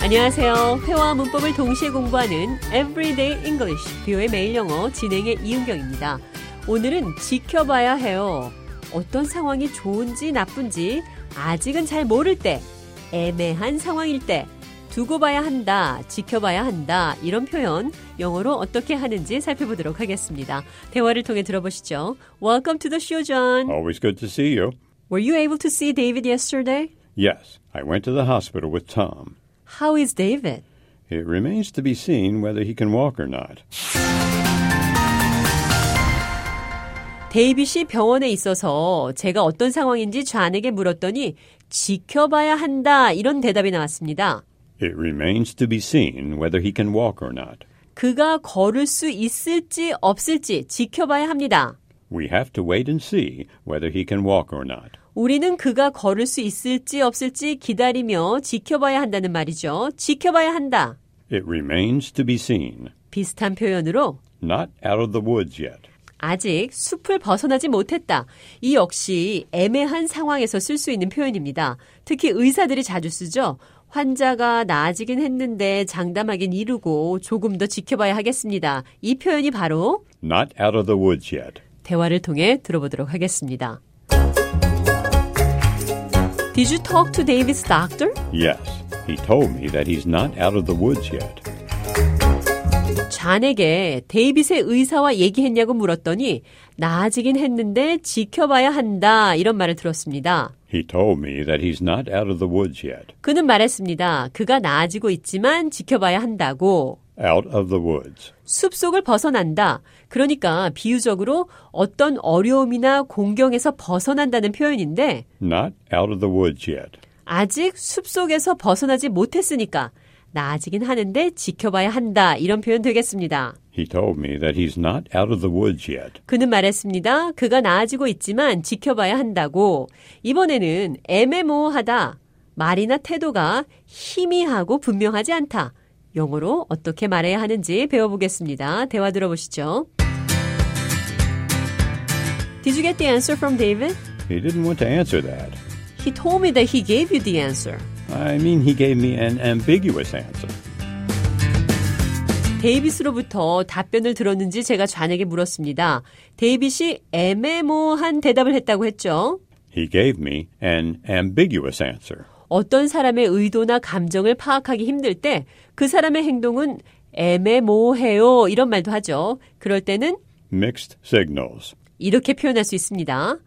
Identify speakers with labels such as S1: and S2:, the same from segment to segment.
S1: 안녕하세요. 회화와 문법을 동시에 공부하는 Everyday English, 뷰의 매일 영어 진행의 이은경입니다. 오늘은 지켜봐야 해요. 어떤 상황이 좋은지 나쁜지 아직은 잘 모를 때, 애매한 상황일 때, 두고 봐야 한다, 지켜봐야 한다, 이런 표현 영어로 어떻게 하는지 살펴보도록 하겠습니다. 대화를 통해 들어보시죠. Welcome to the show, John.
S2: Always good to see you.
S1: Were you able to see David yesterday?
S2: Yes, I went to the hospital with Tom.
S1: How is David?
S2: It remains to be seen whether he can walk or not.
S1: 데이빗이 병원에 있어서 제가 어떤 상황인지 좌에게 물었더니 지켜봐야 한다 이런 대답이 나왔습니다.
S2: It remains to be seen whether he can walk or not.
S1: 그가 걸을 수 있을지 없을지 지켜봐야 합니다.
S2: We have to wait and see whether he can walk or not.
S1: 우리는 그가 걸을 수 있을지 없을지 기다리며 지켜봐야 한다는 말이죠. 지켜봐야 한다.
S2: It remains to be seen.
S1: 비슷한 표현으로
S2: Not out of the woods yet.
S1: 아직 숲을 벗어나지 못했다. 이 역시 애매한 상황에서 쓸 수 있는 표현입니다. 특히 의사들이 자주 쓰죠. 환자가 나아지긴 했는데 장담하긴 이르고 조금 더 지켜봐야 하겠습니다. 이 표현이 바로
S2: Not out of the woods yet.
S1: 대화를 통해 들어보도록 하겠습니다. Did you talk to David's doctor?
S2: Yes, he told me that he's not out of the woods yet.
S1: 잔에게 데이빗의 의사와 얘기했냐고 물었더니 나아지긴 했는데 지켜봐야 한다 이런 말을 들었습니다.
S2: He told me that he's not out of the woods yet.
S1: 그는 말했습니다. 그가 나아지고 있지만 지켜봐야 한다고.
S2: Out of the woods.
S1: 숲속을 벗어난다. 그러니까 비유적으로 어떤 어려움이나 공경에서 벗어난다는 표현인데
S2: Not out of the woods yet.
S1: 아직 숲속에서 벗어나지 못했으니까 나아지긴 하는데 지켜봐야 한다. 이런 표현 되겠습니다.
S2: He told me that he's not out of the woods yet.
S1: 그는 말했습니다. 그가 나아지고 있지만 지켜봐야 한다고. 이번에는 애매모호하다. 말이나 태도가 희미하고 분명하지 않다. 영어로 어떻게 말해야 하는지 배워보겠습니다. 대화 들어보시죠. Did you get the answer from David?
S2: He didn't want to answer that.
S1: He told me that he gave you the answer.
S2: I mean, he gave me an ambiguous answer.
S1: 데이빗으로부터 답변을 들었는지 제가 좌에게 물었습니다. 데이빗이 애매모호한 대답을 했다고 했죠.
S2: He gave me an ambiguous answer.
S1: 어떤 사람의 의도나 감정을 파악하기 힘들 때 그 사람의 행동은 애매모호해요 이런 말도 하죠. 그럴 때는
S2: Mixed signals.
S1: 이렇게 표현할 수 있습니다.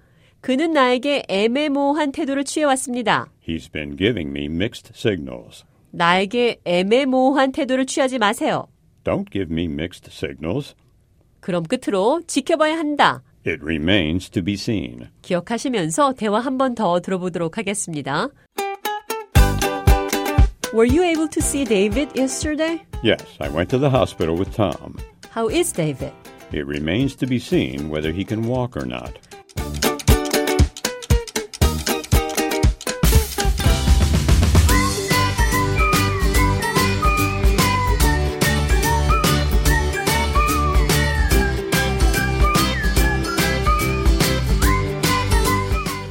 S1: 그는 나에게 애매모호한 태도를 취해왔습니다.
S2: He's been giving me mixed signals.
S1: 나에게 애매모호한 태도를 취하지 마세요.
S2: Don't give me mixed signals.
S1: 그럼 끝으로 지켜봐야 한다.
S2: It remains to be seen.
S1: 기억하시면서 대화 한 번 더 들어보도록 하겠습니다. Were you able to see David yesterday?
S2: Yes, I went to the hospital with Tom.
S1: How is David?
S2: It remains to be seen whether he can walk or not.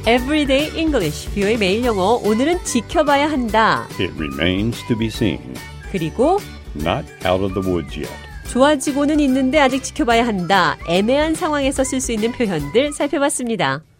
S1: Everyday English, 뷰의 매일 영어. 오늘은 지켜봐야 한다.
S2: It remains to be seen.
S1: 그리고
S2: Not out of the woods yet.
S1: 좋아지고는 있는데 아직 지켜봐야 한다. 애매한 상황에서 쓸 수 있는 표현들 살펴봤습니다.